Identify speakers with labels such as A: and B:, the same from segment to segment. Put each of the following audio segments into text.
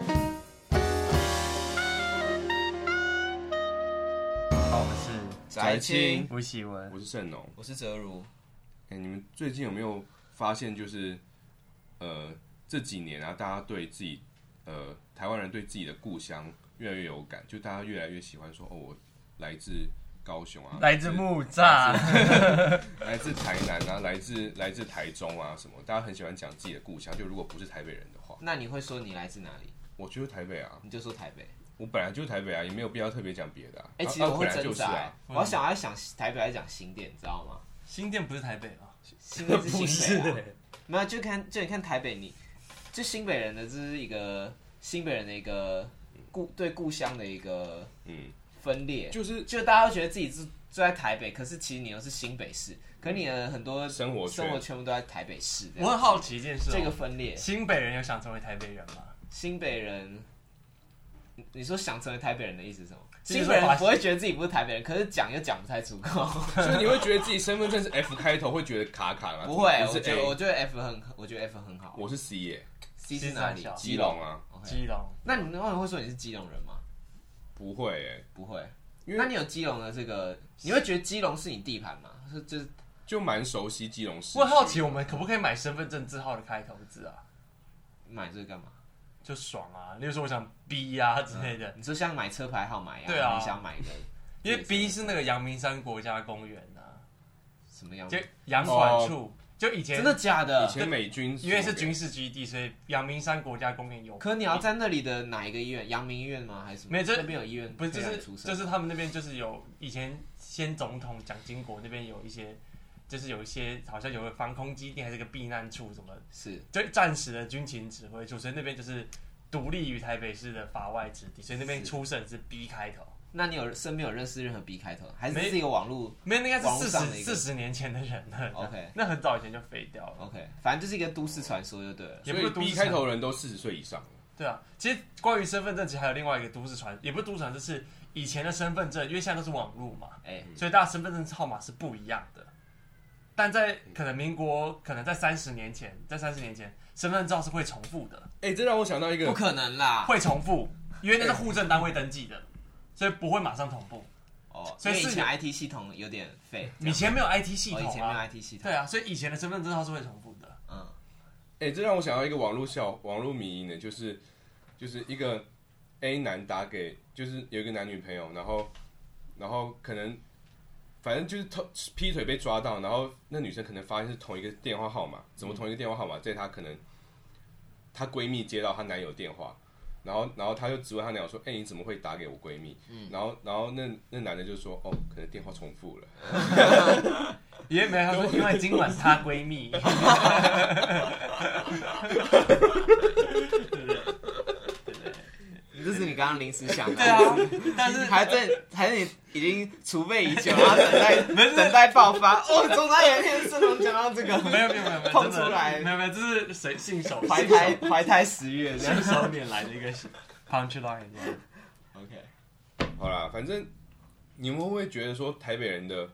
A: 宅青，
B: 哦我是喜文，
A: 我是盛农。
C: 我是泽如，
A: 哎、你们最近有没有发现，就是呃这几年啊，大家对自己呃台湾人对自己的故乡越来越有感，就大家越来越喜欢说哦，我来自高雄啊，
B: 来自木栅，
A: 来自 台南啊，来自来自台中啊什么，大家很喜欢讲自己的故乡。就如果不是台北人的话，
C: 那你会说你来自哪里？
A: 我就是台北啊，
C: 你就说台北。
A: 我本来就是台北啊，也没有必要特别讲别的啊。
C: 哎、
A: 啊
C: 其实我
A: 啊
C: 会
A: 本来
C: 挣
A: 就是
C: 扎、欸
A: 啊，
C: 我要想要想台北还是讲新店，你知道吗？
B: 新店不是台北吗？
C: 新 店是
B: 不是
C: 新北、啊，没有就看就你看台北你，就新北人的这是一个新北人的一个故对故乡的一个
A: 嗯，
C: 分裂，
A: 就是
C: 就大家都觉得自己住住在台北，可是其实你又是新北市，可你的很多
A: 生活圈
C: 生活全部都在台北市这样。
B: 我很好奇一件事、哦，
C: 这个分裂，
B: 新北人有想成为台北人吗？
C: 新北人，你你说想成为台北人的意思是什么？
B: 就是
C: 新
B: 说
C: 北人
B: 把
C: 不会觉得自己不是台北人，可是讲又讲不太足 够。
B: 啊
A: 就是你会觉得自己身份证是 F 开头，会觉得卡卡吗？
C: 不会，
A: 是
C: 我觉
B: 哎
C: 得
A: A
C: 我觉得 F 很，我觉得 F 很好。
A: 我是 C 耶，
C: C
B: 是
C: 是哪里
B: 哪？
A: 基隆啊，
C: OK。
B: 基隆，
C: 那你那你会说你是基隆人吗？
A: 不会耶，
C: 不会。
A: 因为
C: 那你有基隆的这个，你会觉得基隆是你地盘吗？是就是
A: 就蛮熟悉基隆市。
B: 我很好奇，我们可不可以买身份证字号的开头字啊？
C: 买这个干嘛？
B: 就爽啊！例如说我想 B 啊之类的，
C: 你说像买车牌号码一样，
B: 对啊
C: 你想买一个
B: 因为 B 是那个阳明山国家公园啊，
C: 什么样
B: 就
C: 子？
B: 阳管处，就以前
C: 真的假的
A: 以？前美军
B: 啊因为是军，事基地，所以阳明山国家公园有。
C: 可你要在那里的哪一个医院？阳明医院吗？还是什么？
B: 没有这
C: 那边有医院
B: 不
C: 可以
B: 是，就
C: 让你
B: 是
C: 出生，
B: 就是他们那边就是有以前先总统蒋经国那边有一些，就是有一些好像有个防空基地还是个避难处什么，
C: 是
B: 就暂时的军情指挥处，所以那边就是独立于台北市的法外之地，所以那边
C: 是
B: 出省是 B 开头，
C: 那你有身边有认识任何 B 开头的，还是
B: 没
C: 是一个网络
B: 没有那应该
C: 网
B: 是
C: 络
B: 四
C: 上的
B: 十
C: 一
B: 四
C: 个
B: 十年前的人了
C: OK
B: 那很早以前就废掉了。
C: OK，反正就是一个都市传说就对了。
B: 也
A: 所
B: 不
A: 以
B: 是都市
A: B 开头人都四十岁以上了。
B: 对啊，其实关于身份证，其实还有另外一个都市传，也不是都市传，就是以前的身份证，因为现在都是网络嘛，
C: 哎、
B: 所以大家身份证号码是不一样的。但在可能民国，可能在三十年前，在三十年前，身份证照是会重复的，
A: 哎、这让我想到一
C: 不
A: 个，
C: 可能啦！
B: 会重复，因为那是户政单位登记的，所以不会马上同步。
C: 哦，
B: 所以
C: 因为以
B: 是
C: 前 IT 系统有点废，
B: 以前没有 IT 系
C: 哦
B: 统
C: 以前没有
B: 啊，
C: IT 系统，
B: 对啊，所以以前的身份证号是会重复的。
C: 嗯，
A: 哎、这让我想到一个网络笑，网络迷因呢，就是就是一个 A 男打给，就是有一个男女朋友，然后然后可能反正就是偷劈腿被抓到，然后那女生可能发现是同一个电话号码，怎么同一个电话号码，在她可能她闺蜜接到她男友电话，然后然后她就质问她男友说，哎、你怎么会打给我闺蜜？然后然后那那男的就说，哦，可能电话重复了。
B: 也没有，他说因为今晚是她闺蜜，
C: 这是你刚刚临时想的。
B: 对啊，但是
C: 还在，还是你已经储备已久，然后等待等待爆发。哦，总裁有一天是能讲到这个，
B: 没有没有没有没有，
C: 碰
B: 真的
C: 出来
B: 没有没有，这是谁信手
C: 怀胎怀胎十月这
B: 信
C: 样。
B: 手拈来的一个 punchline 这样
C: OK，
A: 好啦，反正你们会不会觉得说台北人的，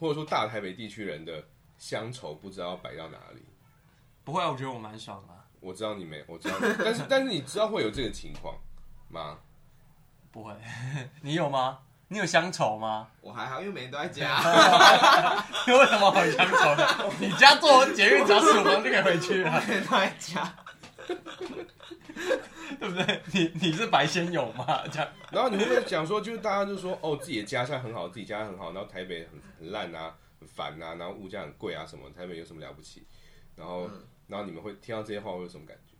A: 或者说大台北地区人的乡愁不知道摆到哪里？
B: 不会啊，我觉得我蛮爽啊，
A: 我知道你没，我知道你，但是但是你知道会有这个情况吗？
B: 不会， 你有吗？你有乡愁吗？
C: 我还好，因为每天都在
B: 啊
C: 家。
B: 你为什么好乡愁的？你家坐捷运只要十五分钟就可以回去啊了，
C: 每天都在家，
B: 对不对？你你是白先勇吗？这样
A: 然后你会不会讲说，就是大家就说哦，自己的家乡很好，自己家乡很好，然后台北很很烂啊，很烦啊，然后物价很贵啊，什么台北有什么了不起？然后、然后你们会听到这些话会有什么感觉？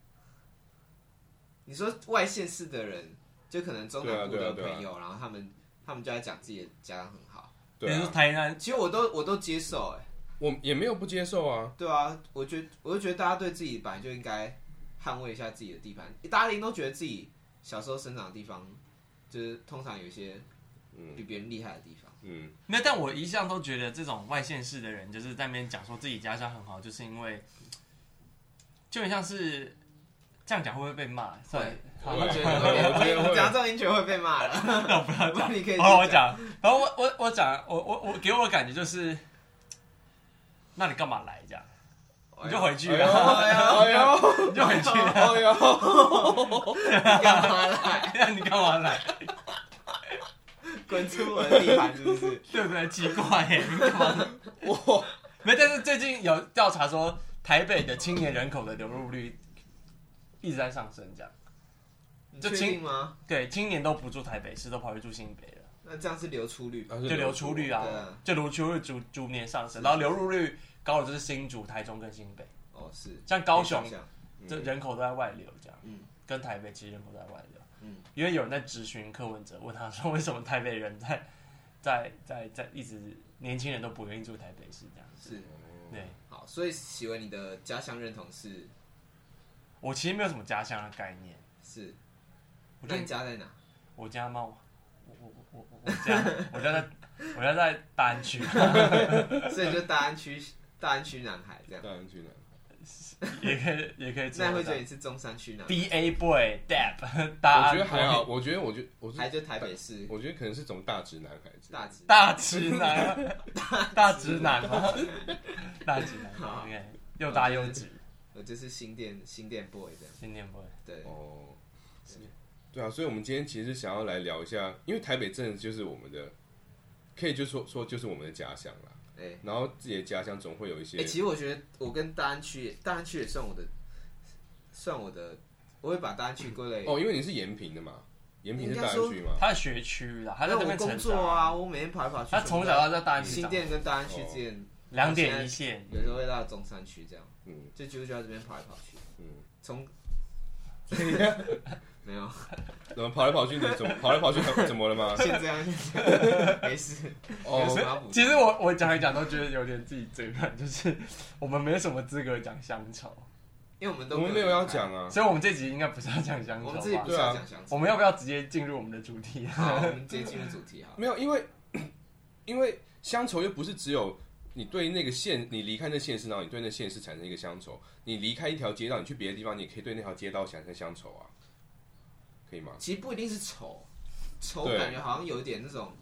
C: 你说外县市的人，就可能中南部
A: 对啊
C: 的
A: 对啊对啊
C: 朋友，然后他们他们就在讲自己的家很好。
A: 对
B: 你说
A: 啊，
B: 台南
C: 其实我都我都接受、哎，
A: 我也没有不接受啊，
C: 对啊，我觉得我就觉得大家对自己本来就应该捍卫一下自己的地盘，大家一定都觉得自己小时候生长的地方，就是通常有一些比别人厉害的地方。
A: 嗯，
B: 没有，但我一向都觉得这种外县市的人，就是在那边讲说自己家乡很好，就是因为就很像是这样讲会不会被骂？算了，好
A: 会
C: 我觉得
A: 会我觉得会
C: 你讲这种，你觉得会被骂了。
B: 那我不要讲，
C: 你可以
B: 好， 我
C: 先
B: 讲。然后我我我讲，我我我给我的感觉就是，那你干嘛来这样？你就回去
A: 哎呦
B: 啊，
A: 哎呦
B: 你就回去 啊，
A: 哎呦，
C: 干嘛啦？
B: 那你干嘛来？
C: 滚出我的地盘，是不是？
B: 对不对？奇怪耶，你干嘛？
C: 我
B: 没，但是最近有调查说，台北的青年人口的流入率一直在上升，这样
C: 你
B: 就
C: 确
B: 亲
C: 定吗？
B: 对，青年都不住台北市，都跑去住新北了，
C: 那这样是流出率
A: 哎
C: 吧？
B: 就流出率
C: 对
B: 啊
C: 啊，
B: 就流出率逐逐年上升，然后流入率高的就是新竹、台中跟新北，
C: 哦，是
B: 像高雄
C: 可以想象
B: 这人口都在外流，这样，
C: 嗯
B: 跟台北其实人口都在外流，
C: 嗯
B: 因为有人在质询柯文哲，问他说为什么台北人在 在在在一直年轻人都不愿意住台北市这样，
C: 是
B: 对
C: 好，所以喜文你的家乡认同是
B: 我其实没有什么家乡的概念，
C: 是，
B: 我
C: 那
B: 觉
C: 你
B: 得
C: 家在哪？
B: 我家吗？我我我我我家我家在我家在大安区，
C: 所以就大安区大安区男孩这样。
A: 大安区南，
B: 也可以也可以知
C: 那
B: 道
C: 会觉得你是中山区男孩，
B: D A boy dab 大
A: 我
B: 安
A: 觉得还好，
B: boy，
A: 我觉得我觉得我是
C: 还就台北市
A: 我觉得可能是种大直男孩子，
C: 大直。
B: 大直男大直男吗？大直男
C: 好
B: ，OK，又大又直，
C: 我就是新店新店 boy 这样。
B: 新年 boy。
C: 对，哎
A: 哦，对啊，所以我们今天其实想要来聊一下，因为台北镇就是我们的，可以就说说就是我们的家乡啦。
C: 哎
A: 然后自己的家乡总会有一些
C: 哎，其实我觉得我跟大安区也，大安区也算我的，算我的，我会把大安区归类。
A: 哦，因为你是延平的嘛，延平是
C: 应
A: 大
C: 该
A: 安
C: 说
A: 区嘛，
B: 他的学区啦，他在
C: 那
B: 那
C: 我
B: 边
C: 工
B: 成
C: 作
B: 长
C: 啊，，我每天跑来跑去。
B: 他从小到大大安哦区
C: 新
B: 长，
C: 店跟大安区之间，
B: 两点一线，
C: 有时候会到中山区这样，
A: 嗯
C: 就几乎就在这边跑来跑去。
A: 嗯，
C: 从没 有，
A: 然后跑来跑去，你怎么跑来跑去怎么 了吗？
C: 先这样，先这样没事。有什么
A: 哦，
C: 要补充
B: 其实我我讲一讲都觉得有点自己嘴软，就是我们没什么资格讲乡愁，
C: 因为我们
A: 我
C: 都
A: 们没有要，讲啊，
B: 所以我们这集应该不是要讲乡
C: 我
B: 愁
C: 们自己
B: 吧
C: 不？是要讲乡
B: 我
C: 愁。
B: 们要不要直接进入我们的主题？
C: 好，我们直接进入主题好了。
A: 没有，因为 因为乡愁又不是只有你对那个县，你离开那县市，然后你对那县市产生一个乡愁，你离开一条街道，你去别的地方，你也可以对那条街道产生乡愁啊，可以吗？
C: 其实不一定是愁，愁
A: 对
C: 感觉好像有一点那种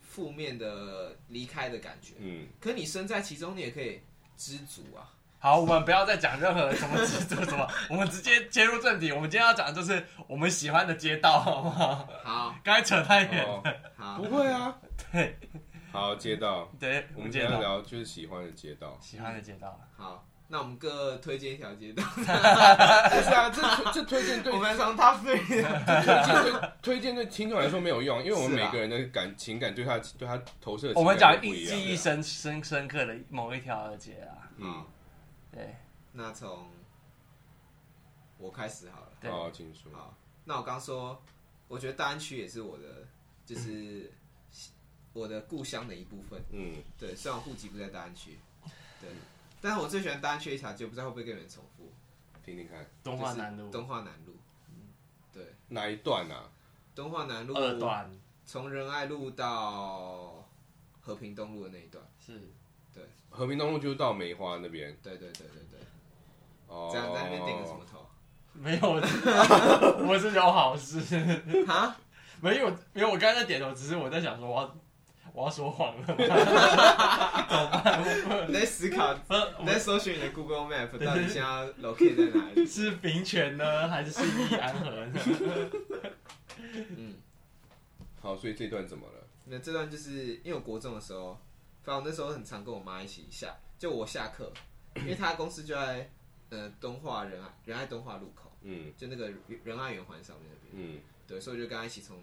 C: 负面的离开的感觉。
A: 嗯，
C: 可你身在其中，你也可以知足啊。
B: 好，我们不要再讲任何什么制作什么，我们直接切入正题。我们今天要讲的就是我们喜欢的街道，好不好？
C: 好
B: 刚才扯太远了。
A: 哦，
C: 好，
A: 不会啊，好，街道，
B: 对，
A: 我
B: 我
A: 们
B: 们
A: 今
B: 街
A: 天要
B: 道，
A: 聊就是喜欢的街道。
B: 喜欢的街道。
C: 好，那我们各推荐一条街道。
A: 不是啊，这这推荐对
C: 我们从 Top Three，
A: 推荐对推荐对听众来说没有用，因为我们
C: 是啊
A: 每个人的感情感对他对他投射的
B: 我
A: 情
B: 们
A: 感
B: 讲
A: 都不
B: 一
A: 一样
B: 记忆深深深刻的某一条的街啊，
A: 嗯，
B: 对
C: 那从我开始好了。
B: 对，
A: 好，请说。
C: 好，那我刚说，我觉得大安区也是我的，就是我的故乡的一部分。
A: 嗯，
C: 对，虽然我户籍不在大安区，对，但是我最喜欢大安区一条街，不知道会不会跟你们重复。
A: 听听看
B: 东华南路
C: 就是东华南路，对，
A: 哪一段啊？
C: 东华南路
B: 二段
C: 从仁爱路到和平东路的那一段，
B: 是
A: 和平东路就是到梅花那边
C: 对对对对对，
A: 哦。
C: 这样在那边点个什么 头？
B: 没有，我是有好事，
C: 哈，
B: 没有没有，我刚才在点头，只是我在想说我要我要说谎了，
C: 你在思考，
B: 不是
C: 你在搜寻你的 Google Map，到底现在要 locate 在哪里？
B: 是平泉呢，还是信义安和呢？
C: 嗯，
A: 好，所以这段怎么了？
C: 那这段就是因为我国中的时候，反正我那时候很常跟我妈一起下，就我下课，因为她的公司就在呃东化仁爱仁爱东化路口，
A: 嗯
C: 就那个仁爱圆环上面那边。
A: 嗯
C: 对，所以我就跟他一起从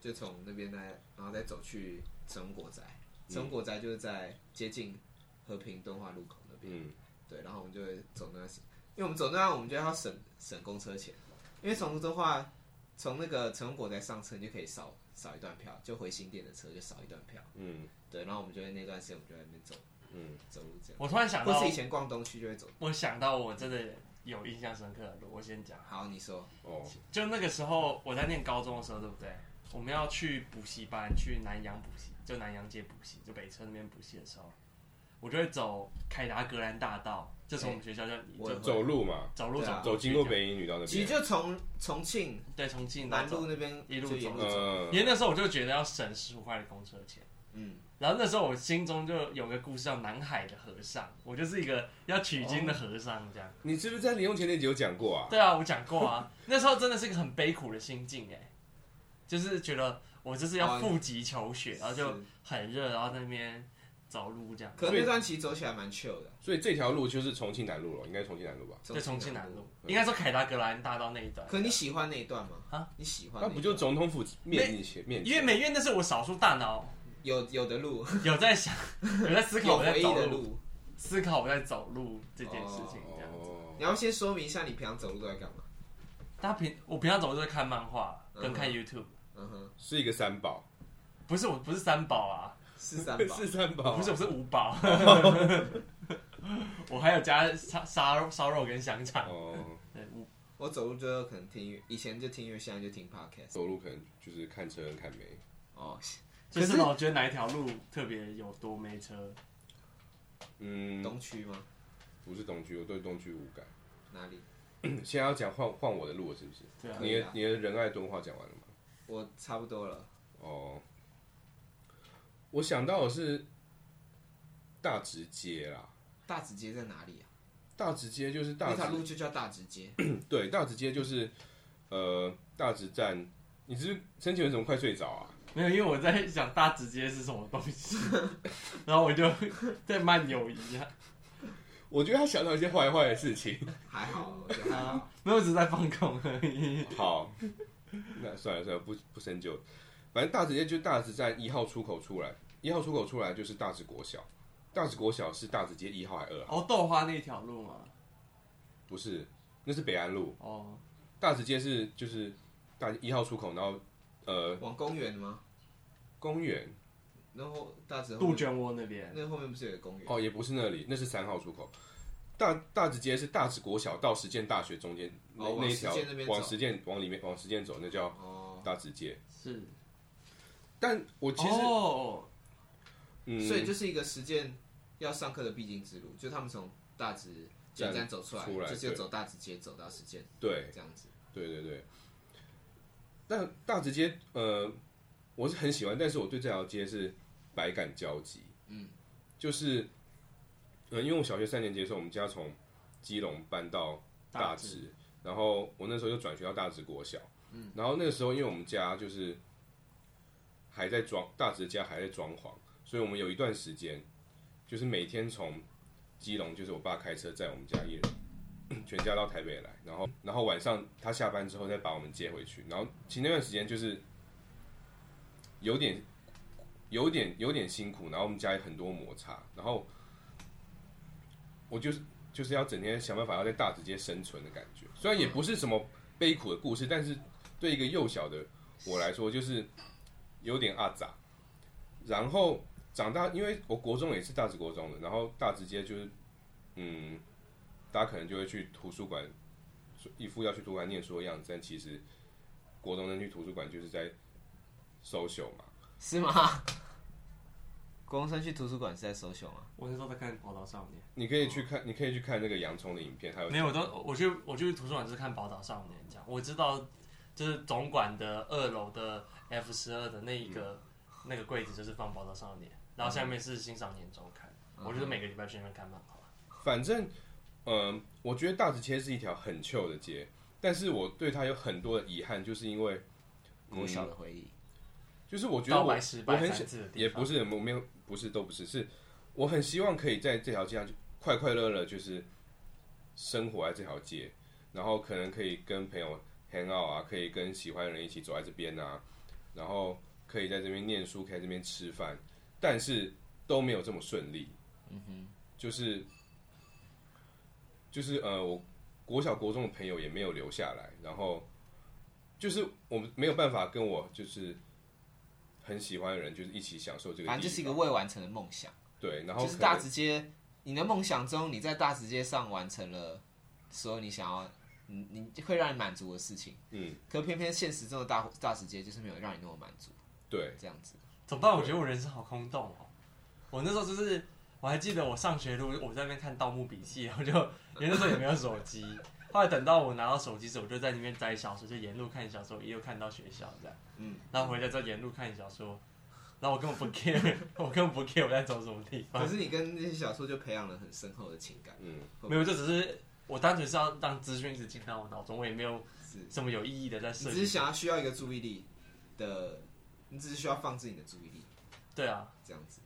C: 就从那边再然后再走去成果宅，
A: 嗯
C: 成果宅就是在接近和平敦化路口那边。
A: 嗯，
C: 对，然后我们就会走那段，因为我们走那段我们就要省省公车钱，因为从敦化从那个成果宅上车你就可以少少一段票，就回新店的车就少一段票。
A: 嗯
C: 对，然后我们就会那段时间我们就在那边走
A: 嗯
C: 走路这样，
B: 我突然想
C: 或
B: 到
C: 是，以前逛东区就会走。
B: 我想到我真的有印象深刻的路，我先讲。
C: 好，你说，
A: 哦，
B: 就那个时候我在念高中的时候，对不对？我们要去补习班，去南洋补习，就南洋街补习，就北车那边补习的时候，我就会走凯达格兰大道，就从我们学校就
C: 我
B: 就
C: 也会
A: 走路嘛，
B: 走路
C: 对啊
B: 走
A: 走经过
B: 去这样
A: 北一女到那
C: 其实
A: 边。
C: 就从重庆
B: 对重庆
C: 南
B: 南
C: 路
B: 路，
C: 那边
B: 一路
C: 就沿
B: 走呃
C: 路走，
A: 嗯
B: 因为那时候我就觉得要省十五块的公车钱。
C: 嗯，
B: 然后那时候我心中就有个故事叫南海的和尚，我就是一个要取经的和尚这样。
A: 你是不是在零用钱那集有讲过啊？
B: 欸对啊，我讲过啊，那时候真的是一个很悲苦的心境哎、就是觉得我就是要负极求
C: 哦
B: 雪，然后就是很热，然后在那边走路这样。
C: 可是那段其实走起来蛮 chill 的，
A: 所以这条路就是重庆南路了，应该是重庆南路吧？
B: 对，重庆南路，应该说凯达格兰大道那一段。
C: 可你喜欢那一段吗？
B: 啊，
C: 你喜欢
A: 那
C: 一段？
A: 不就总统府面你前面前？
B: 因为美院那是我少数大脑
C: 有有的路，
B: 有在想，有在 思考
C: 有
B: 我在
C: 回忆
B: 走
C: 的
B: 路，
C: 路。
B: 思考我在走路这件事情这样子。
A: 哦
C: 你要先说明一下你平常走路都在干嘛？
B: 大家平我平常走路都是看漫画跟看
C: 嗯
B: YouTube，
C: 嗯哼，
A: 是一个三宝，
B: 不是我不是三宝啊，
C: 是三宝。
A: 是三宝啊，
B: 不 是我是五宝， 我还有加烧烧肉烧肉跟香肠。
A: 哦，
B: 对，五
C: 我走路就可能听乐，以前就听音乐，现在就听 podcast。
A: 走路可能就是看车跟看美。
C: 哦，
B: 就是老觉得哪一条路特别有多没车，
A: 嗯，
C: 东区吗？
A: 不是东区，我对东区无感。
C: 哪里？
A: 现在要讲换换我的路了，是不是？
B: 对啊
C: 可，
A: 你
C: 以
A: 的
C: 啊
A: 你的仁爱敦化讲完了吗？
C: 我差不多了。
A: 哦，我想到的是大直街啦，
C: 大直街在哪里啊？
A: 大直街就是大
C: 那
A: 直
C: 条路就叫大直街。
A: 对，大直街就是呃大直站。你是不是申请为什么快睡着啊？
B: 没有，因为我在想大直街是什么东西， 然后我就在漫友谊啊，
A: 我觉得他想到一些坏坏的 事情。
C: 还好，我觉得还 好。
B: 没有，只是在放空而已。
A: 好，那算了算了，不不深究。反正大直街就大直站一号出口出来，一号出口出来就是大直国小，大直国小是大直街一号还二号？
B: 哦，豆花那条路嘛，
A: 不是，那是北安路。
B: 哦，
A: 大直街是就是大一号出口，然后呃
C: 往公园吗？
A: 公园
C: 然后大直后
B: 杜
C: 面，
B: 鹃窝那边，
C: 那后面不是有个公园？
A: 哦也不是那里，那是三号出口。大大直街是大直国小到实践大学中间那、
C: 哦往
A: 那一
C: 实
A: 条
C: 践那边
A: 往
C: 走
A: 实践往里面往实践走，那叫
C: 哦，
A: 大直街。
B: 是，
A: 但我其实、
B: 哦，
A: 嗯，
C: 所以就是一个实践要上课的必经之路，就他们从大直简单走出来，
A: 出来
C: 就是有
A: 对
C: 走大直街走到实践
A: 对，
C: 这样子。
A: 对对对。但大直街，呃，我是很喜欢，但是我对这条街是百感交集。
C: 嗯，
A: 就是，呃，因为我小学三年级的时候，我们家从基隆搬到大
B: 直，
A: 直，然后我那时候就转学到大直国小。嗯，然后那个时候，因为我们家就是还在装大直家还在装潢，所以我们有一段时间就是每天从基隆，就是我爸开车载我们家一人。 全家到台北来，然后然后晚上他下班之后再把我们接回去，然后其实那段时间就是有点有点有点辛苦，然后我们家有很多摩擦，然后我就是就是要整天想办法要在大直街生存的感觉，虽然也不是什么悲苦的故事，但是对一个幼小的我来说就是有点阿杂，然后长大，因为我国中也是大直国中的，然后大直街就是嗯。大家可能就会去图书馆，一副要去图书馆念书的样子，但其实国中生去图书馆就是在搜秀嘛。
C: 是吗？国中生去图书馆是在搜熊啊吗？
B: 哦我那时候在看《宝岛少年
A: 你可以去看，你可以去看那个洋葱的影片，还》，有
B: 没有，我都我去我去图书馆就是看《宝岛少年》这样，我知道就是总馆的二楼的 F 十二的那一
A: 嗯
B: 个、那个柜子就是放《宝岛少年》，然后下面是《欣赏年周刊》我
A: 嗯
B: 就是每个礼拜去那边看漫画。
A: 反正，嗯、我觉得大直街是一条很旧的街，但是我对它有很多的遗憾，就是因为，
C: 国小的回忆，
A: 嗯就是我觉得
B: 到
A: 我
B: 白失
A: 我
B: 败
A: 很
B: 三
A: 想，
B: 次的地
A: 也
B: 方
A: 不，是我没有，不是都不是，是我很希望可以在这条街上就快快乐乐，就是生活在这条街，然后可能可以跟朋友 hang out 啊，可以跟喜欢的人一起走在这边啊，然后可以在这边念书，可以在这边吃饭，但是都没有这么顺利。嗯哼，就是就是呃，我国小国中的朋友也没有留下来，然后就是我们没有办法跟我就是很喜欢的人就是一起享受这个地方，
C: 反正就是一个未完成的梦想，
A: 对，然后
C: 就是
A: 可
C: 大
A: 能
C: 直街，你的梦想中，你在大直街上完成了所有你想要，你你会让你满足的事情，
A: 嗯，
C: 可偏偏现实中的大大直街就是没有让你那么满足，
A: 对，
C: 这样子。
B: 怎么办？我觉得我人生好空洞哦。我那时候就是，我还记得我上学路，我在那边看《盗墓笔记》，然后就因为那时候也没有手机。后来等到我拿到手机时，我就在那边摘小说，就沿路看小说，一路看到学校这样。
C: 嗯，
B: 然后回家之后沿路看小说，然后我根本不 care，我 根本不 care 我在走什么地
C: 可
B: 方，
C: 是你跟那些小说就培养了很深厚的情感，
A: 嗯，
B: 没有，就只是我单纯是要让资讯一直进到我脑中，我也没有
C: 是，
B: 什么有意义的在
C: 你
B: 摄
C: 只是
B: 影。
C: 想要需要一个注意力的你只是需要放置你的注意力
B: 对啊，
C: 这样子。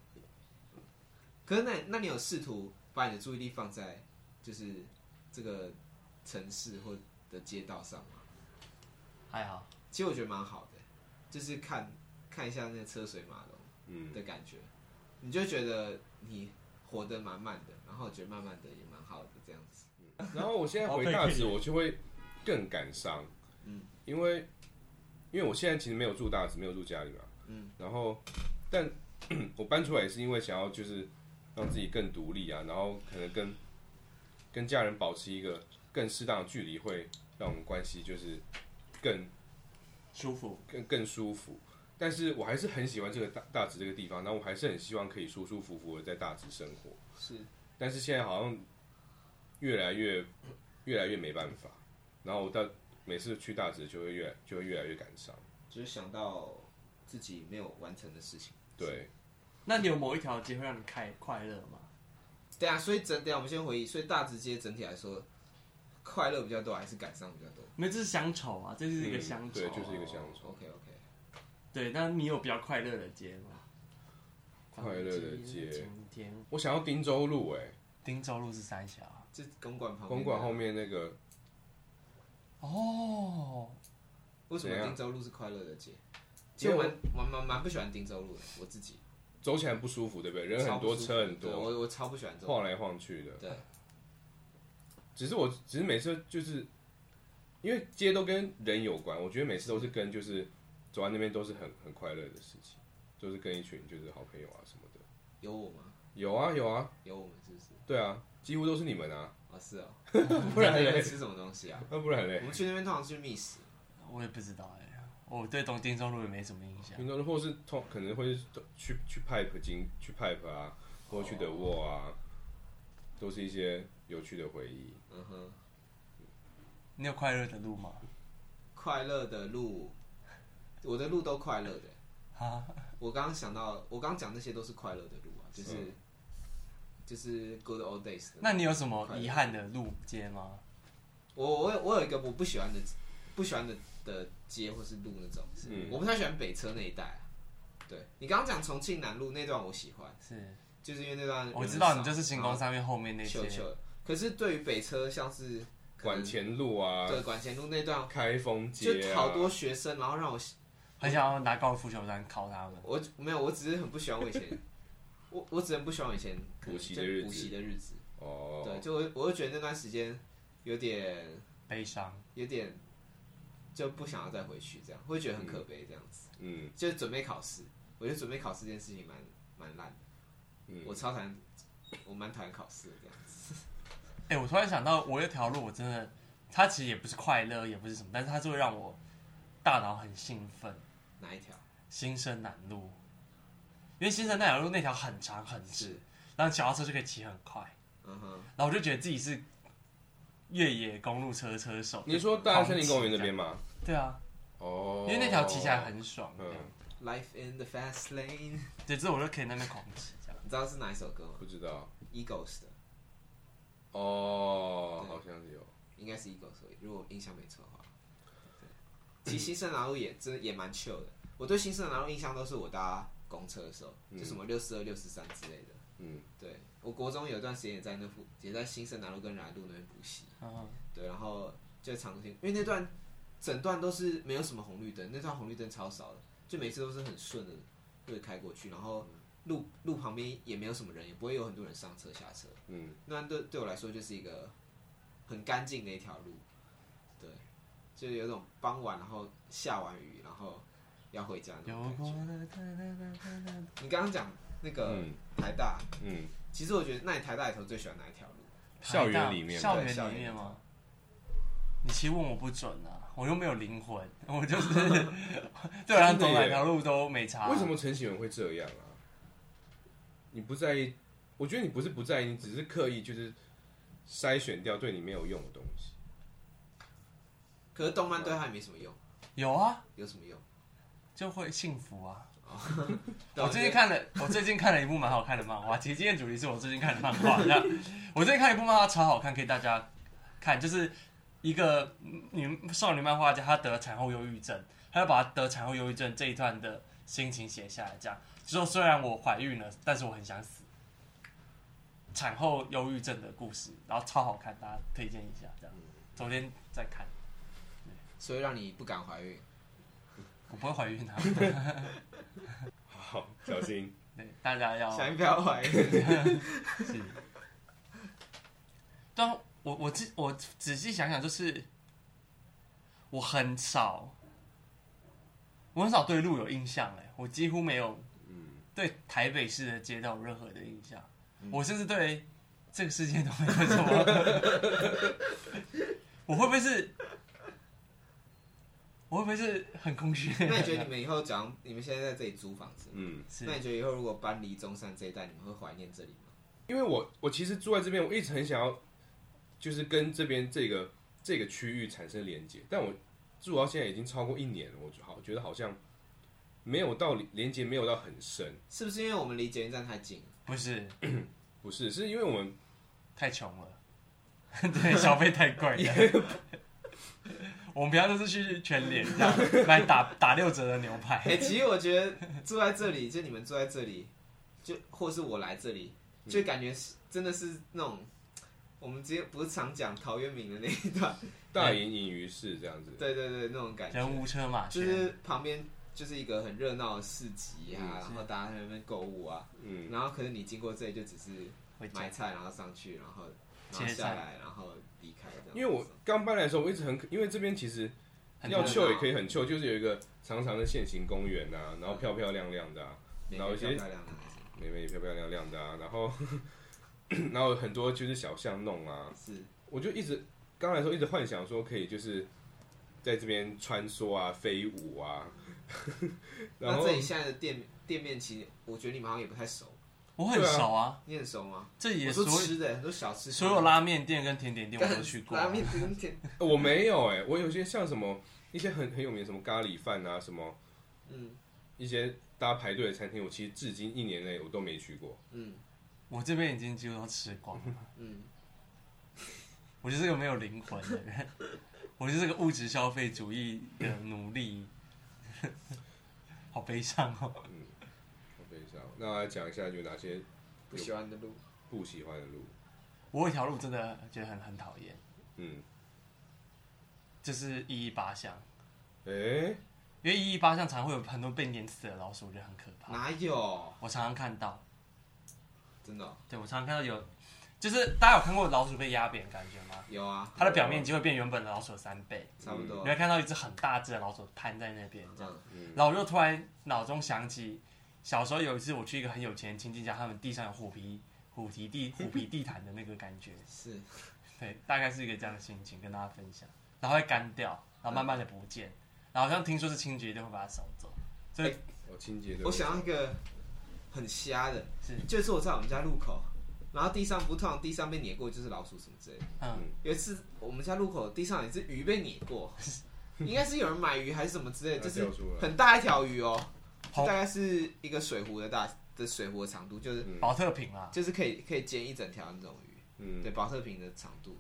C: 可是那那你有试图把你的注意力放在就是这个城市或的街道上吗？
B: 还好，
C: 其实我觉得蛮好的，就是看看一下那个车水马龙
A: 嗯，
C: 的感觉，你就觉得你活得蛮慢的，然后我觉得慢慢的也蛮好的这样子。
A: 然后我现在回
C: 哦
A: 大直，我就会更感伤，
C: 嗯，
A: 因为因为我现在其实没有住大直，没有住家里嘛，
C: 嗯，
A: 然后但 我搬出来也是因为想要就是让自己更独立啊，然后可能跟跟家人保持一个更适当的距离，会让我们关系就是更
B: 舒服。
A: 更更舒服。但是我还是很喜欢这个大大直这个地方，然后我还是很希望可以舒舒服服的在大直生活。
C: 是，
A: 但是现在好像越来越越来越没办法，然后我到每次去大直就会越就会越来越感伤。
C: 就是想到自己没有完成的事情。
A: 对，
B: 那你有某一条街会让你开快乐吗？
C: 对啊，所以整，等一下我们先回忆，所以大直街整体来说，快乐比较多还是感伤比较多？哦
B: 没有，这是乡愁啊，这就是一个乡愁、
A: 嗯对，就是一个乡愁。
C: OK OK，
B: 对，那你有比较快乐的街吗？
A: 快乐的街
B: 今天
A: 我想要汀州路、欸，
B: 汀州路是三峡啊
C: 这公馆旁边的，
A: 公馆后面那个，
B: 哦，
C: 为什么
A: 怎样
C: 汀州路是快乐的街？其
A: 因
C: 实
A: 为
C: 我
A: 我
C: 蛮蛮蛮蛮不喜欢汀州路的，我自己
A: 走起来不舒服，对不对？人很
C: 超不
A: 多，
C: 舒服
A: 车很
C: 对
A: 多，
C: 我我超不喜欢这种。
A: 晃来晃去的。
C: 对，
A: 只是我，只是每次就是因为街都跟人有关，我觉得每次都是跟就是走在那边都是很很快乐的事情，都是跟一群就是好朋友啊什么的。
C: 有我吗？
A: 有啊有啊，
C: 有我们是不是？
A: 对啊，几乎都是你们啊，
C: 哦，是哦。
A: 不然
C: 你
A: 嘞
C: 们，吃什么东西啊？
A: 那不然
C: 我
A: 嘞，
C: 们去那边通常去觅食，
B: 我也不知道哎、我对东汀州路也没什么印象
A: 平。常或是通可能会是去去 pipe 经去 pipe 啊，或去
C: 哦
A: 的沃啊，都是一些有趣的回忆。
C: 嗯哼，
B: 你有快乐的路吗？
C: 快乐的路，我的路都快乐的。
B: 啊，
C: 我刚刚想到，我刚刚讲那些都是快乐的路啊，就是
A: 嗯
C: 就是 good old days 的。
B: 那你有什么遗憾的路街吗？
C: 我我有我有一个我不喜欢的不喜欢的的街或是路那种，
A: 嗯
C: 我不太喜欢北车那一带、啊。对你刚刚讲重庆南路那段我喜欢，
B: 是，
C: 就是因为那段
A: 啊
B: 我知道你
C: 就
B: 就是行宫上面后面那些
C: 秀，秀。可是对于北车，像是可
A: 管
C: 能
A: 前路啊，
C: 对管前路那段，
A: 开封街
C: 就
A: 啊，
C: 好多学生，然后让我
B: 很想要拿高尔夫球杆敲他们。
C: 我没有，我只是很不喜欢我以 前，我我只是很不喜欢我以前可能
A: 补习
C: 就
A: 的日
C: 补
A: 子
C: 习的日子。
A: 哦，
C: 对，就我我就觉得那段时间有点
B: 悲伤，
C: 有点就不想要再回去，这样会觉得很可悲，这样子。
A: 嗯
C: 就是准备考试，我觉得准备考试这件事情蛮蛮烂的，
A: 嗯，
C: 我超讨厌，我蛮讨厌考试的这样子。
B: 哎、我突然想到，我有一条路，我真的，它其实也不是快乐，也不是什么，但是它就会让我大脑很兴奋。
C: 哪一条？
B: 新生南路，因为新生那条路那条很长很直，
C: 是，
B: 然后脚踏车就可以骑很快，
C: 嗯哼，
B: 然后我就觉得自己是越野公路车车手。
A: 你说大安森林公园那边吗？
B: 对啊，
A: 哦，
B: 因为那条骑起来很爽，
A: 嗯
B: 这样，
C: Life in the Fast Lane，
B: 对，之后我就可以在那边狂骑这样。
C: 你知道是哪一首歌吗
A: 不知道
C: ？Eagles 的，
A: 哦，
C: 对
A: 好像是有，
C: 应该是 Eagles，如果我印象没错的话。对其实新生南路也真的也蛮 chill 的，我对新生南路印象都是我搭公车的时候，就什么六四二、六四三之类的。
A: 嗯，
C: 对，我国中有一段时间也在那附，也在新生南路跟仁爱路那边补习。
B: 嗯，
C: 对，然后就常听，因为那段整段都是没有什么红绿灯，那段红绿灯超少的，就每次都是很顺的会开过去，然后路路旁边也没有什么人，也不会有很多人上车下车，
A: 嗯，
C: 那段对对我来说就是一个很干净的一条路，对，就有种傍晚然后下完雨然后要回家那
B: 有啊
C: 种感
B: 过
C: 觉。
B: 的哒哒哒哒哒
C: 你刚刚讲那个
A: 嗯
C: 台大，
A: 嗯，
C: 其实我觉得那你台大里头最喜欢哪一条路？
A: 校园里面
B: 校
C: 对校
B: 园里
C: 园里
B: 面
C: 面
B: 吗？你其实问我不准啊，我又没有灵魂， 我就是 对我来讲走哪条路都没差。
A: 为什？么陈启文会这样啊？你不在意，我觉得你不是不在意，你只是刻意就是筛选掉对你没有用的东西。
C: 可是动漫对他也没什么用，
B: 有啊，
C: 有什么用？
B: 就会幸福啊！
C: 对
B: 我最近看了，我最近看了一部蛮好看的漫画。其实今天主题是我最近看的漫画，这样。我最近看一部漫画超好看，可以大家看，就是一个女少女漫画家，她得了产后忧郁症，她要把她得产后忧郁症这一段的心情写下来，这样就说虽然我怀孕了，但是我很想死。产后忧郁症的故事，然后超好看，大家推荐一下。这样，昨天在看，
C: 所以让你不敢怀孕。
B: 我不会怀孕啊，
A: 好，小心。
B: 对，大家要
C: 想不要 怀孕？
B: 是，但啊我我仔我仔细想想，就是我很少，我很少对路有印象嘞，我几乎没有
A: 嗯，
B: 对台北市的街道有任何的印象，我甚至对这个世界都没有什么。 我会不会是？我会不会是很空虚？啊
C: 那你觉得你们以后假如你们现在在这里租房子，
A: 嗯，
B: 是
C: 那你觉得以后如果搬离中山这一带，你们会怀念这里吗？
A: 因为我我其实住在这边，我一直很想要，就是跟这边这个这个区域产生连接，但我住到现在已经超过一年了，我就好觉得好像没有到连接没有到很深，
C: 是不是因为我们离捷运站太近？
B: 不是
A: 不是，是因为我们
B: 太穷了， 对，消费太贵了。我们不要就是去全脸这样买打打六折的牛排，
C: 哎、其实我觉得住在这里，就你们住在这里，就或是我来这里，
B: 嗯
C: 就感觉是真的是那种，我们直接不是常讲陶渊明的那一段，
A: 大隐隐于市这样子，
C: 对对对，那种感觉，
B: 人无车马
C: 就
B: 喧。
C: 是旁边就是一个很热闹的市集啊，
A: 嗯
C: 然后大家在那边购物啊，
A: 嗯，
C: 然后可是你经过这里就只是
B: 回家
C: 买菜，然后上去，然后然后
B: 切
C: 下
B: 菜
C: 来，然后离开这样子。
A: 因为我刚搬来的时候，我一直很因为这边其实
B: 很多
A: 要
B: 人
A: 秀也可以很秀，就是有一个长长的线形公园啊，然后漂漂亮亮的、啊，
C: 每
A: 然后
C: 个
A: 一
C: 漂
A: 些
C: 漂亮亮的
A: 妹妹也漂漂亮亮的、啊，然后然后有很多就是小巷弄啊，
C: 是
A: 我就一直刚来的时候一直幻想说可以就是在这边穿梭啊、飞舞啊， 然
C: 那
A: 后
C: 这里现在的店店面，其实我觉得你们好像也不太熟，
B: 我很熟啊，
C: 你很熟吗？
B: 这里
C: 我
B: 的
C: 说
B: 所
C: 吃的很多小吃，
B: 所有拉面店跟甜点店
C: 干
B: 我都去过啊，
C: 拉面真甜，
A: 呃我没有哎、我有些像什么一些很很有名的什么咖喱饭啊，什么
C: 嗯
A: 一些大家排队的餐厅，我其实至今一年内我都没去过。
C: 嗯
B: 我这边已经几乎都吃光了。
C: 嗯，
B: 我就是个没有灵魂的人，我就是个物质消费主义的奴隶， 好悲伤哦。
A: 我等一下，那来讲一下有哪些
C: 不喜欢的路，
A: 不喜欢的路。
B: 我有一条路真的觉得很很讨厌，
A: 嗯，
B: 就是一一八巷。
A: 哎、
B: 因为一一八巷常会有很多被碾死的老鼠，我觉得很可怕。
C: 哪有？
B: 我常常看到，
C: 真的哦
B: 对我常常看到有，就是大家有看过老鼠被压扁的感觉吗？
C: 有啊，
B: 它的表面积会变原本的老鼠的三倍，
C: 差不
B: 你
C: 多
B: 会。看到一只很大只的老鼠瘫在那边这样。
C: 嗯
B: 然后我就突然脑中想起，小时候有一次我去一个很有钱的亲戚家，他们地上有虎皮虎皮地虎皮地毯的那个感觉，
C: 是
B: 对，大概是一个这样的心情跟大家分享。然后会干掉，然后慢慢的不见，然后好像听说是清洁队会把它扫走，所以
A: 我哦清洁队，
C: 我想要一个很瞎的，
B: 是
C: 就是我在我们家路口，然后地上不通常地上被碾过就是老鼠什么之类的。
B: 嗯，
C: 有一次我们家路口地上有一只鱼被碾过，应该是有人买鱼还是什么之类的，
A: 它
C: 就是
A: 掉出来
C: 很大一条鱼哦，就
B: 好
C: 大概是一个水壶的大的水壶的长度，就是
A: 嗯
B: 保特瓶啦，
C: 就是可以可以煎一整条那种鱼，
A: 嗯，
C: 对，保特瓶的长度。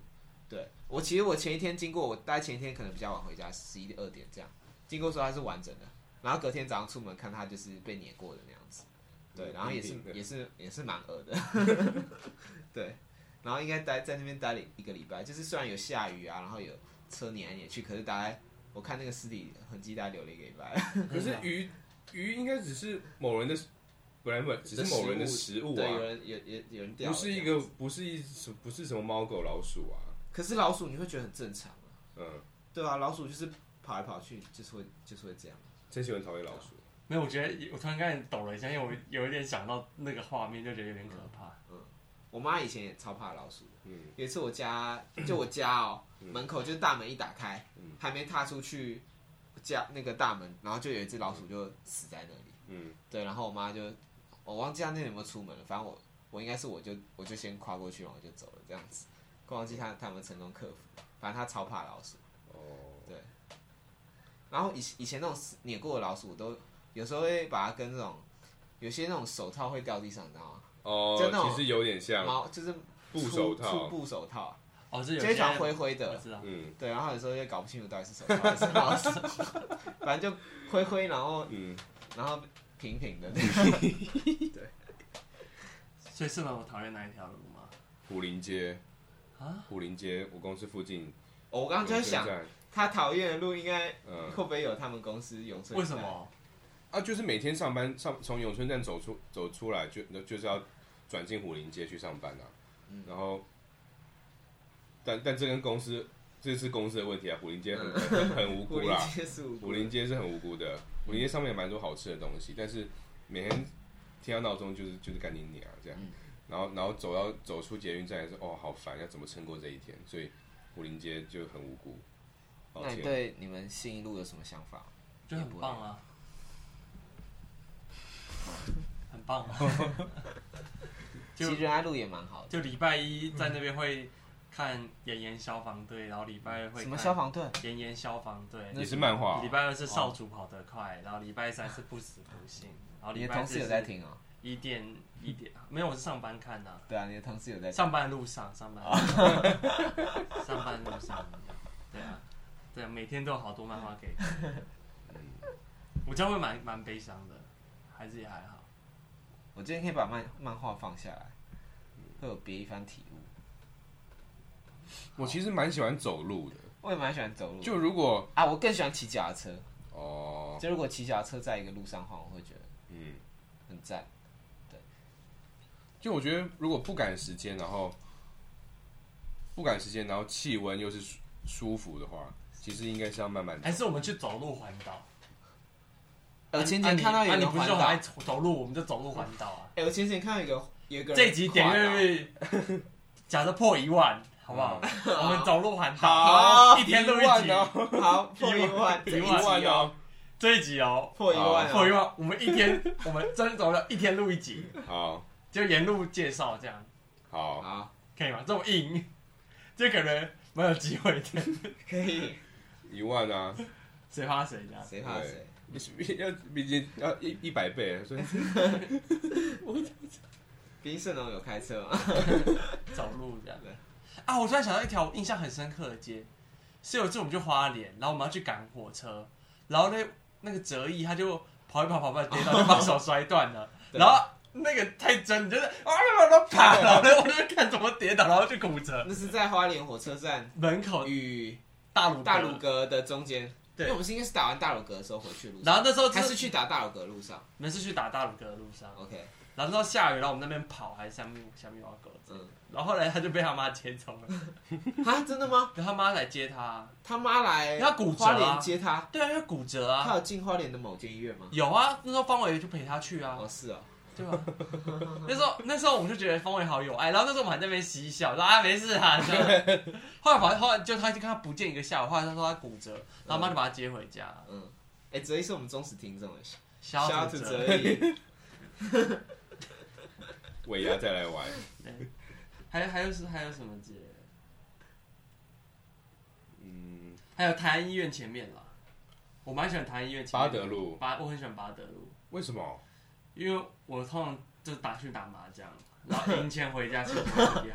C: 对我其实我前一天经过，我大概前一天可能比较晚回家，十一点二点这样，经过说它是完整的，然后隔天早上出门看它就是被碾过的那样子，对，
A: 嗯
C: 然后也是
A: 平平的
C: 也是也是蛮 恶的，对，然后应该待在那边待了一个礼拜，就是虽然有下雨啊，然后有车碾来碾去，可是大概我看那个尸体痕迹大概留了一个礼拜，
A: 可
C: 啊
A: 是鱼鱼应该只是某人的，本来本只是某人的食物
C: 对，有
A: 啊，
C: 人有有有人掉
A: 不
C: 了，
A: 是一
C: 这
A: 个
C: 样子，
A: 不是一什不是什么猫狗老鼠啊，
C: 可是老鼠你会觉得很正常啊。
A: 嗯，
C: 对啊，老鼠就是跑来跑去，就是会就是会这样。
A: 真喜欢讨厌老鼠。
B: 没有，我觉得我突然刚才抖了一下，因为我有一点想到那个画面，就觉得有点可怕。
C: 我妈以前也超怕老鼠的。
A: 嗯
C: 有一次我家就我家哦，门口就是大门一打开，
A: 嗯
C: 还没踏出去家那个大门，然后就有一只老鼠就死在那里。
A: 嗯
C: 对，然后我妈就我忘记她那天有没有出门了，反正我我应该是我就我就先跨过去，然后我就走了这样子。忘记她他们成功克服，反正她超怕老鼠。
A: 哦，
C: 然后以以前那种死碾过的老鼠，我都有时候会把它跟那种有些那种手套会掉地上，你知道吗？就那
A: 哦
C: 种，
A: 其实有点像，
C: 毛就是
A: 布
C: 粗
A: 手套
C: 粗布手套，
B: 哦，这有
C: 这一
B: 些
C: 条灰灰
B: 我
C: 的，
B: 知道，
A: 嗯
C: 对，然后有时候也搞不清楚到底是手套还是老鼠，反正就灰灰，然后
A: 嗯，
C: 然后平平的，
B: 所以社长，我讨厌哪一条路吗？
A: 虎林街
B: 啊，
A: 虎林街，我公司附近。
C: 我刚刚就在想，
A: 有一个站，
C: 他讨厌的路应该
A: 嗯
C: 会，不会有他们公司永春？
B: 为什？么？
A: 啊，就是每天上班上从永春站走出走出来，就就是要转进虎林街去上班啊。
C: 嗯
A: 然后，但但这跟公司这是公司的问题啊，虎林街很很 很
C: 嗯虎
A: 无辜
C: 林
A: 啦。
C: 街是五
A: 虎林街是很无辜的，虎林街上面有蛮多好吃的东
C: 嗯
A: 西，但是每天听到闹钟就是就是赶紧你啊这样，
C: 嗯
A: 然后然后走到走出捷运站也是哦好烦，要怎么撑过这一天？所以虎林街就很无辜。抱
C: 那你
A: 歉，
C: 哎对你们信义路有什么想法？
B: 就很棒啊，很棒 啊。
C: 其
B: 就
C: 实仁爱路也蛮好的，
B: 就礼拜一在那边会看炎炎消防队，然后礼拜二会哦
C: 什么
B: 看
C: 消防队？
B: 炎炎消防队，
A: 也是漫画啊
B: 礼拜二是少主跑得快，然后礼拜三是不死不幸，然后
C: 哦你
B: 礼
C: 的
B: 拜
C: 同
B: 四
C: 事有在听哦？
B: 一点一点，没有我是上班看的啊、
C: 对啊，你的同事有在听。
B: 上班路上，上班路
C: 啊
B: 上， 上班路上，对啊，对啊，每天都有好多漫画可以看。我这样会蛮蛮悲伤的，还是也还好。
C: 我今天可以把漫漫画放下来，会有别一番体悟。
A: 我其实蛮喜欢走路的，
C: 我也蛮喜欢走路的，
A: 就如果
C: 啊，我更喜欢骑脚踏车。
A: 哦，
C: 就如果骑脚踏车在一个路上的话，我会觉得
A: 嗯，
C: 很赞。
A: 就我觉得如果不赶时间，然后不赶时间，然后气温又是舒舒服的话，其实应该是要慢慢走
B: 还。是我们去走路环岛？
C: 呃，
B: 啊
C: 前几天看到有
B: 啊你
C: 人
B: 啊你不是就
C: 环岛，
B: 还
C: 哎、
B: 走走路，我们就走路环岛 啊！
C: 我前几天看到有个有一个人
B: 这集点阅 率假设破一万，好不
C: 嗯
B: 好？我们走路环岛，一天录一
A: 万
B: 集，
A: 哦，
C: 跨岛好破一万，
B: 一万
C: 这一
A: 一万
C: 集哦，
A: 哦，
B: 这一集哦，
C: 破一万哦，
B: 破一万，我们一天，我们真走了一天录一集，
A: 好
B: 就沿路介绍这样。
A: 好，
C: 好，
B: 可以吗？这么硬，这可能蛮有机会 的，
C: 可以，
A: 一万啊，
B: 谁怕谁这样？
C: 谁怕谁？
A: 你是不是要毕竟要一啊一百倍，所以
C: 冰胜龙有开车吗？
B: 走路这样
C: 对。
B: 啊，我突然想到一条我印象很深刻的街，是有一次我们去花莲，然后我们要去赶火车，然后那那个折翼他就跑一跑跑一跑跌倒，就把手摔断了，
C: 对
B: 然后。那个太真，你就是 啊，然后爬， 然后我就看怎么跌倒，然后就骨折。
C: 那是在花莲火车站
B: 门口
C: 与
B: 大鲁
C: 大鲁，阁的中间，因
B: 对
C: 为我们是应该是打完大鲁阁的时候回去的路上，
B: 然后那时候
C: 还
B: 就是
C: 去打哦大鲁阁的路上
B: 我们是去打大鲁阁的路上，
C: ？OK，
B: 然后那时候下雨，然后我们那边跑还是下面下面挖狗子，
C: 嗯，
B: 然后后来他就被他妈接走了。
C: 啊，真的吗？
B: 然后他妈来接他。
C: 他妈来
B: 他骨折
C: 花
B: 啊
C: 莲接他，
B: 对啊，因为骨折啊，
C: 他有进花莲的某间医院吗？
B: 有啊，那时候方伟就陪他去啊
C: 哦，，是哦，
B: 对吧、那时候那时候我们就觉得方伟好有爱，然后那时候我们还在那边嬉笑，说啊没事啊。这样后来好像后来就他就跟他不见一个下午，后来他说他骨折，然后妈就把他接回家。
C: 嗯，哎，泽一是我们忠实听众哎，
B: 小
C: 子
B: 骨
C: 泽
B: 折，
C: 一，
A: 尾牙再来玩。
B: 对还还有是还有什么节？
A: 嗯，
B: 还有台安医院前面啦，我蛮喜欢台安医院前
A: 巴
B: 面。
A: 德路
B: 巴，我很喜欢巴德路，
A: 为什么？
B: 因为我通常就打去打麻将，然后赢钱回家吃火鸡。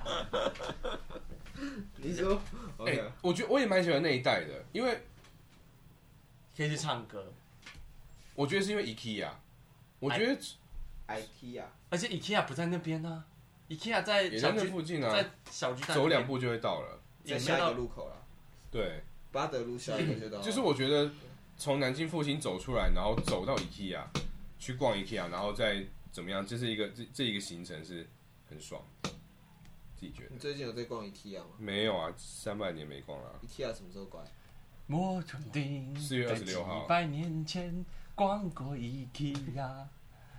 C: 你说
A: 哎
C: ，OK，，
A: 我觉得我也蛮喜欢那一带的，因为
B: 可以去唱歌，
A: 我觉得是因为 IKEA，我觉得
C: IT 啊，
B: 而且 IKEA 不在那边呢、啊、，IKEA 在
A: 也
B: 小
A: 在那
B: 巨
A: 附近啊，
B: 在小巨蛋
A: 走两步就会到了。
B: 也没
C: 在下一个
B: 到，
C: 路口了，
A: 对，
C: 巴德路下一个就到了，
A: 就是我觉得从南京复兴走出来，然后走到 IKEA 去逛 IKEA，然后再怎么样，这是一个这这一个行程是很爽，自己觉得
C: 你最近有在逛 IKEA 吗
A: 没有啊，三百年没逛了、啊
C: ？IKEA 什么时候关？
B: 我肯定
A: 4月26号
B: 在几百年前逛过 IKEA，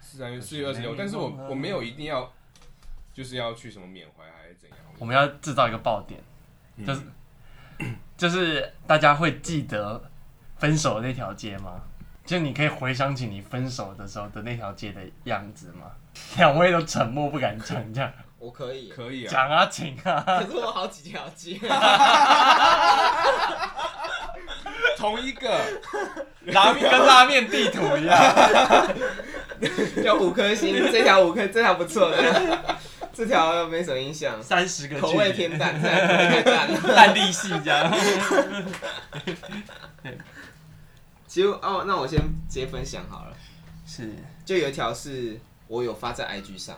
A: 四三月四月二十
B: 啊
A: 六，但是我我没有一定要就是要去什么缅怀还是怎样，
B: 我们要制造一个爆点，就是、 就是大家会记得分手的那条街吗？就你可以回想起你分手的时候的那条街的样子吗？两位都沉默不敢讲，这样
C: 我可以，
A: 可以啊，
B: 讲啊，请啊，
C: 可是我好几条街，
A: 同一个
B: 拉面跟拉面地图一样。
C: 有五颗星，这条五颗，这条不错 的，这条没什么印象，
B: 三十个
C: 口
B: 据
C: 味
B: 点
C: 偏淡，这条口味偏淡。
B: 淡力系这样。
C: 其实哦，那我先直接分享好了。
B: 是
C: 就有一条是我有发在 IG 上，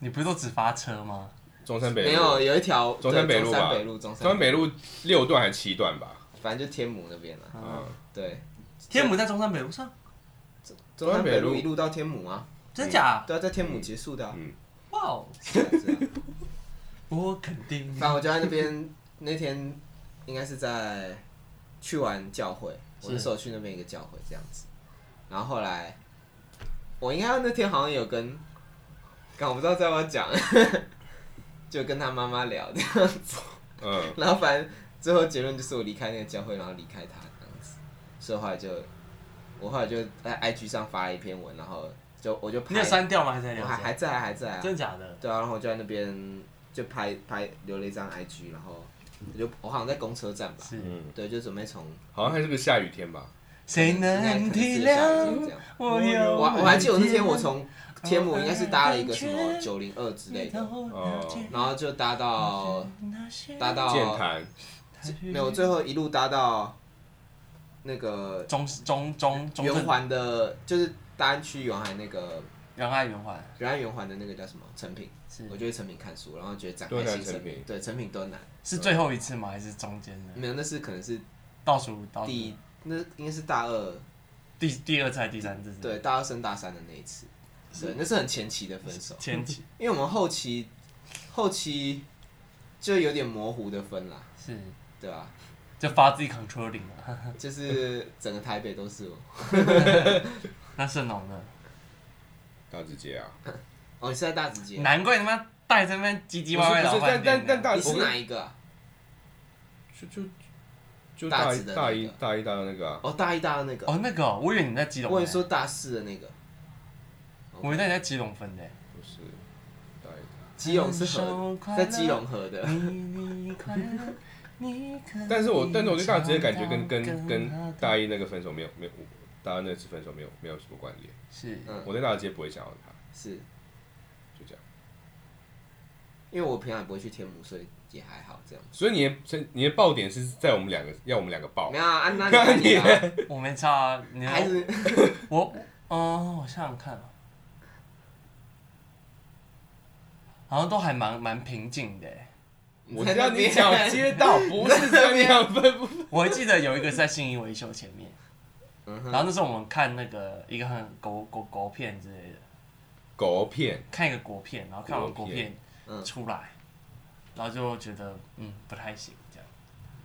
B: 你不是都只发车吗？
A: 中山北路
C: 没有有一条
A: 中山北路
C: 对中
A: 吧
C: 山北路，中
A: 中
C: 山
A: 山北路六段还七段吧？
C: 反正就天母那边了、
A: 嗯，
C: 对，
B: 天母在中山北路上，
A: 中
C: 中
A: 山
C: 山
A: 北
C: 北
A: 路
C: 路一路到天母啊，
B: 真假？
C: 对啊，在天母结束的、啊。
B: 哇哦，
A: 嗯
C: 是啊是啊
B: 我肯定
C: 反。正我就在那边，那天应该是在去完教会，我那时候去那边一个教会这样子，然后后来我应该那天好像有跟，刚我不知道在不要讲， 就跟他妈妈聊的，
A: 嗯，
C: 然后反正最后结论就是我离开那个教会，然后离开他这样子，所以后来就我后来就在 IG 上发了一篇文，然后就我就
B: 你有
C: 拍，
B: 删掉吗？还是在
C: 我
B: 聊
C: 还还
B: 着？
C: 在啊还在啊，
B: 真假的？
C: 对啊，然后我就在那边就拍拍留了一张 IG，然后我就我好像在公车站吧，
B: 是
C: 对，就准备从
A: 嗯好像还是个下雨天吧？
B: 谁
C: 应该可
B: 能
C: 能是
B: 体
C: 个下雨
B: 谅
C: 天这样。
B: 我有？
C: 我我还记得我那天我从天母应该是搭了一个什么九零二之类的，
A: 哦
C: 然后就搭到搭
A: 健
C: 到
A: 谈
C: 没有，最后一路搭到那个
B: 中中中中
C: 圆环的，就是大安区圆环那个
B: 仁爱圆环
C: 仁爱圆环的那个叫什么成品，
B: 是
C: 我就去成品看书，然后觉得展
A: 多
C: 开
A: 难
C: 新
A: 成
C: 生
A: 品
C: 命，对，成品多难，
B: 是最后一次吗？还是中间的
C: 没有，那是可能是
B: 倒数
A: 哦
B: 倒数
C: 第那应该是大二。
B: 第第二次还是第三次？
C: 对，大二升大三的那一次，
A: 嗯
C: 对，那是很前期的分手，
B: 前期
C: 因为我们后期后期就有点模糊的分啦，
B: 是
C: 对吧、
B: 就发自己 controlling 了。
C: 就是整个台北都是我。
B: 那盛龙呢？
A: 大直街啊，
C: 哦，你是在大直街？
B: 难怪他妈带这边唧唧歪歪
A: 不是
B: 老
A: 不是
B: 半
A: 但
B: 天
A: 但
B: 的。
A: 但
C: 你
A: 大
C: 是
A: 我
C: 哪一个啊？
A: 就就就
C: 大
A: 大一
C: 直的那个
A: 大一大一大二那个啊，
C: 哦，大一、大二那个。
B: 哦，那个哦，我以为你在基隆。
C: 我
A: 欸
C: 跟你说，大四的那个，
B: 我以为你在基隆分的。
A: 不是大一，
C: 基隆是河
B: 分手
C: 的，
B: 快乐
C: 在基隆河 的。
A: 但是我
B: 嗯
A: 但是我对大直街感觉跟跟跟大一那个分手没有没有，大二那次分手没有没有什么关联，
B: 是
C: 嗯，
A: 我对大直街不会想要他，
C: 是
A: 就这样。
C: 因为我平常也不会去天母，所以也还好这样。
A: 所以你的你的爆点是在我们两个要我们两个爆
C: 没，有啊，安 娜，那你看你
B: 我没差啊，你要
C: 啊，还是
B: 我嗯，我想想看啊，好像都还蛮蛮平静的欸。
A: 我知道你讲我接到，不是这样分不
B: 我还记得有一个是在信义维修前面，
C: 嗯
B: 然后那时候我们看那个一个很狗狗狗片之类的，
A: 狗片，
B: 看一个国片，然后看完
A: 国
B: 国
A: 片
B: 片
C: 嗯
B: 出来，然后就觉得嗯不太行这样，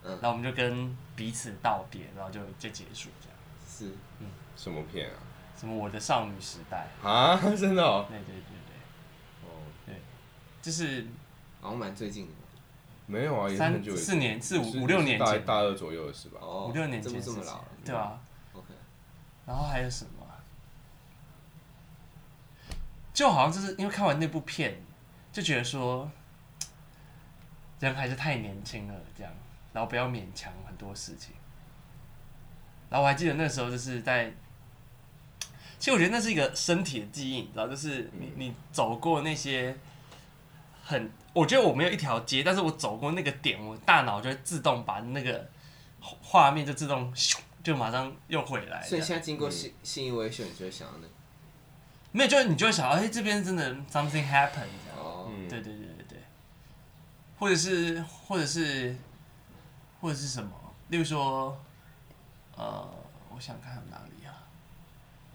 C: 嗯
B: 然后我们就跟彼此道别，然后就就结束这样。
C: 是
A: 什么片啊？
B: 什么我的少女时代，
A: 啊， 真的哦，
B: 对对对对，
A: 哦
B: 就是
C: 好像蛮最近的。
A: 没有啊，也是
B: 三
A: 很久以前
B: 四年四五
A: 是
B: 五六年
A: 大
B: 前
A: 大二左右的事吧？
C: 哦，
B: 五六年
C: 这
B: 前
C: 不
B: 的
C: 这么
B: 事情
C: 老了。
B: 对啊，
C: OK，
B: 然后还有什么啊？就好像就是因为看完那部片，就觉得说人还是太年轻了，这样，然后不要勉强很多事情。然后我还记得那时候就是在，其实我觉得那是一个身体的记忆，你知道，就是你你走过那些很，我觉得我没有一条街，但是我走过那个点，我大脑就会自动把那个画画面就自动咻就马上又回来。这
C: 所以
B: 样
C: 现在经过信信义威秀，你就会想到那
B: 没有，就你就会想到，哎、这边真的 something happened，这
C: 个
B: 样
C: 哦，
A: 嗯，
B: 对对对对对，或者是或者是或者是什么，例如说，呃，我想看有哪里啊，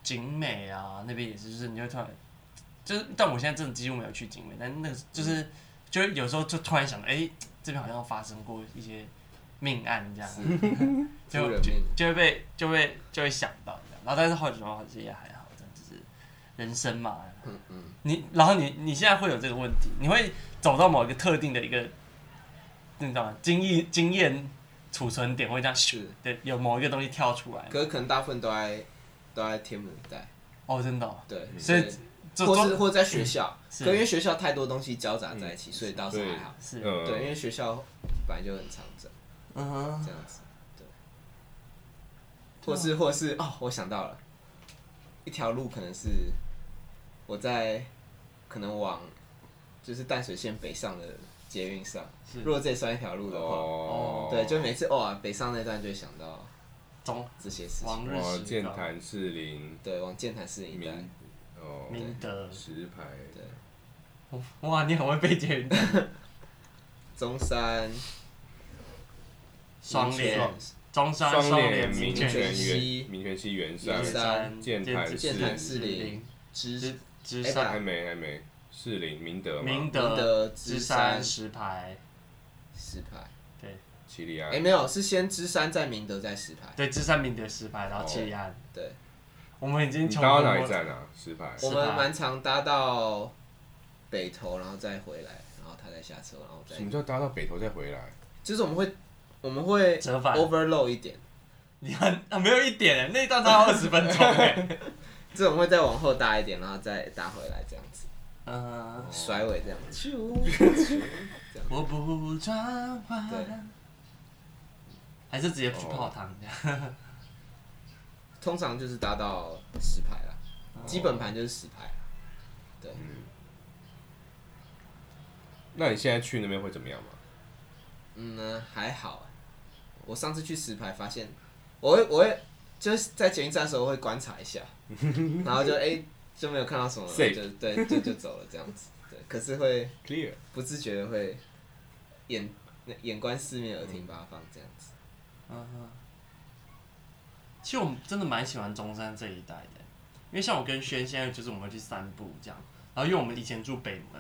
B: 景美啊，那边也是，就是你就会突然，就是但我现在真的几乎没有去景美，但那个就是就是有时候就突然想到，哎、这边好像发生过一些命案这样，
C: 出
B: 就
C: 人
B: 就
C: 命。
B: 就会被就会就会想到这样，然后但是后来觉得好像也还好，这样就是人生嘛。
C: 嗯嗯，
B: 你然后你你现在会有这个问题，你会走到某一个特定的一个，你知道吗？经验经验储存点会这样咻
C: 是
B: 对，有某一个东西跳出来。
C: 可是可能大部分都在都在天母一带，
B: 哦，真的哦、
C: 对，
B: 所以就
C: 或是
B: 中嗯
C: 或者在学校，
B: 是嗯
C: 可因为学校太多东西交杂在一起，所以倒是还好。
B: 是
A: 嗯
C: 对，因为学校本来就很常整
B: 嗯哼
C: 这样子，对。或是或是哦，我想到了，一条路可能是我在可能往就是淡水线北上的捷运上，
B: 是
C: 如果这也算一条路的话，
A: 哦，
C: 对，就每次偶尔、北上那段就会想到
B: 中
C: 这些事情。
B: 往日
A: 哇，
B: 石
A: 剑
B: 膏、
A: 潭士林
C: 对，往剑潭市一带，
A: 明哦，
B: 明德，
A: 石牌
C: 对，
B: 哇，你很会背捷运站，
C: 中山、
B: 双
C: 民
B: 联、
C: 权
B: 中山
A: 双
B: 联、
A: 连民
C: 民
B: 权
C: 权
A: 权
C: 西
A: 园民权西圆
C: 圆
A: 山
C: 山
A: 剑潭
C: 剑潭士林
B: 林、
C: 芝
B: 直直
C: 哎
A: 还
B: 山、
A: 没还没士林明德嘛
B: 明
C: 明德
B: 芝
C: 芝
B: 山、
C: 山
B: 石牌，
C: 石牌。
B: 对
A: 七里
C: 哎，
A: 安
C: 没有，是先芝山，再明德，再石牌。
B: 对，芝山、明德、石牌，然后七里岸。
C: 对，
B: 我们已经
A: 你
B: 穷
A: 搭
B: 到
A: 到哪一站啊？石牌
B: 石
C: 我
B: 牌
C: 们蛮常搭到北投，然后再回来，然后他再下车，然后再
A: 什么叫搭到北头再回来？
C: 就是我们会我们会
B: 哎折返？
C: overload 一点，
B: 你看啊，没有一点，那一段才二十分 钟哎。
C: 这种会再往后搭一点，然后再搭回来这样子，
B: 嗯，
C: 甩尾这样子。
B: 我不转弯，还是直接去泡汤这样。
C: 通常就是搭到石牌啦，基
B: 嗯
C: 本盘就是石牌。
A: 那你现在去那边会怎么样吗？
C: 嗯，呢还好。我上次去石牌发现，我会我会就是在捷运站的时候会观察一下，然后就哎、就没有看到什么，
A: Safe
C: 就对就就走了这样子。对，可是会
A: Clear，
C: 不自觉的会眼眼观四面，耳听八方这样子。
B: 嗯哼，其实我们真的蛮喜欢中山这一带的，因为像我跟轩现在就是我们会去散步这样，然后因为我们以前住北
C: 嗯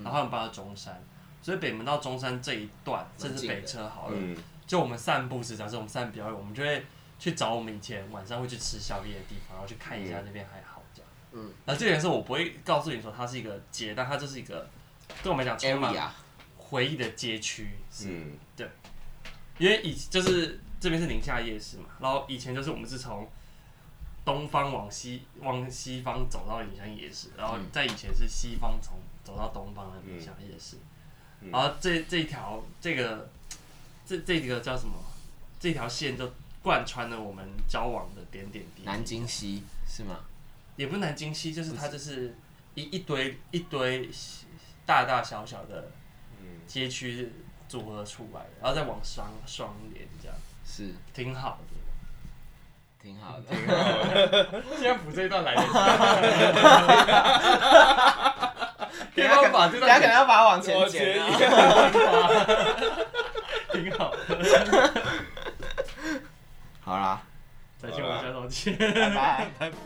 B: 门，然后他们搬到中山，所以北门到中山这一段，甚
C: 蛮近的
B: 至北车好了，
A: 嗯，
B: 就我们散步时，假设我们散比较远，我们就会去找我们以前晚上会去吃宵夜的地方，然后去看一下那边还好这样。
C: 嗯，
B: 然后这点是我不会告诉你说它是一个街，但它就是一个对我们来讲充满
C: area
B: 回忆的街区，是
A: 嗯，
B: 因为以就是这边是宁夏夜市嘛，然后以前就是我们是从东方往西往西方走到宁夏夜市，然
C: 嗯
B: 后在以前是西方从走到东方的宁夏夜市，
A: 嗯
B: 然后这这一条这个这这个叫什么？这条线就贯穿了我们交往的点点滴滴。
C: 南京嗯西是吗？
B: 也不是南京西，就是它就是一一堆一堆大大小小的
A: 嗯
B: 街区组合出来的，然后再往双双连这样，
C: 是，
B: 挺好的。
C: 挺好的。
B: 现在补这一段 来得及，可以帮我 把这
C: 大家
B: 段
C: 可能
B: 剪
C: 要把它往
A: 我
C: 前剪啊。
B: 挺好的。
C: 好啦，
B: 再见，我是小董姐。
C: 拜拜。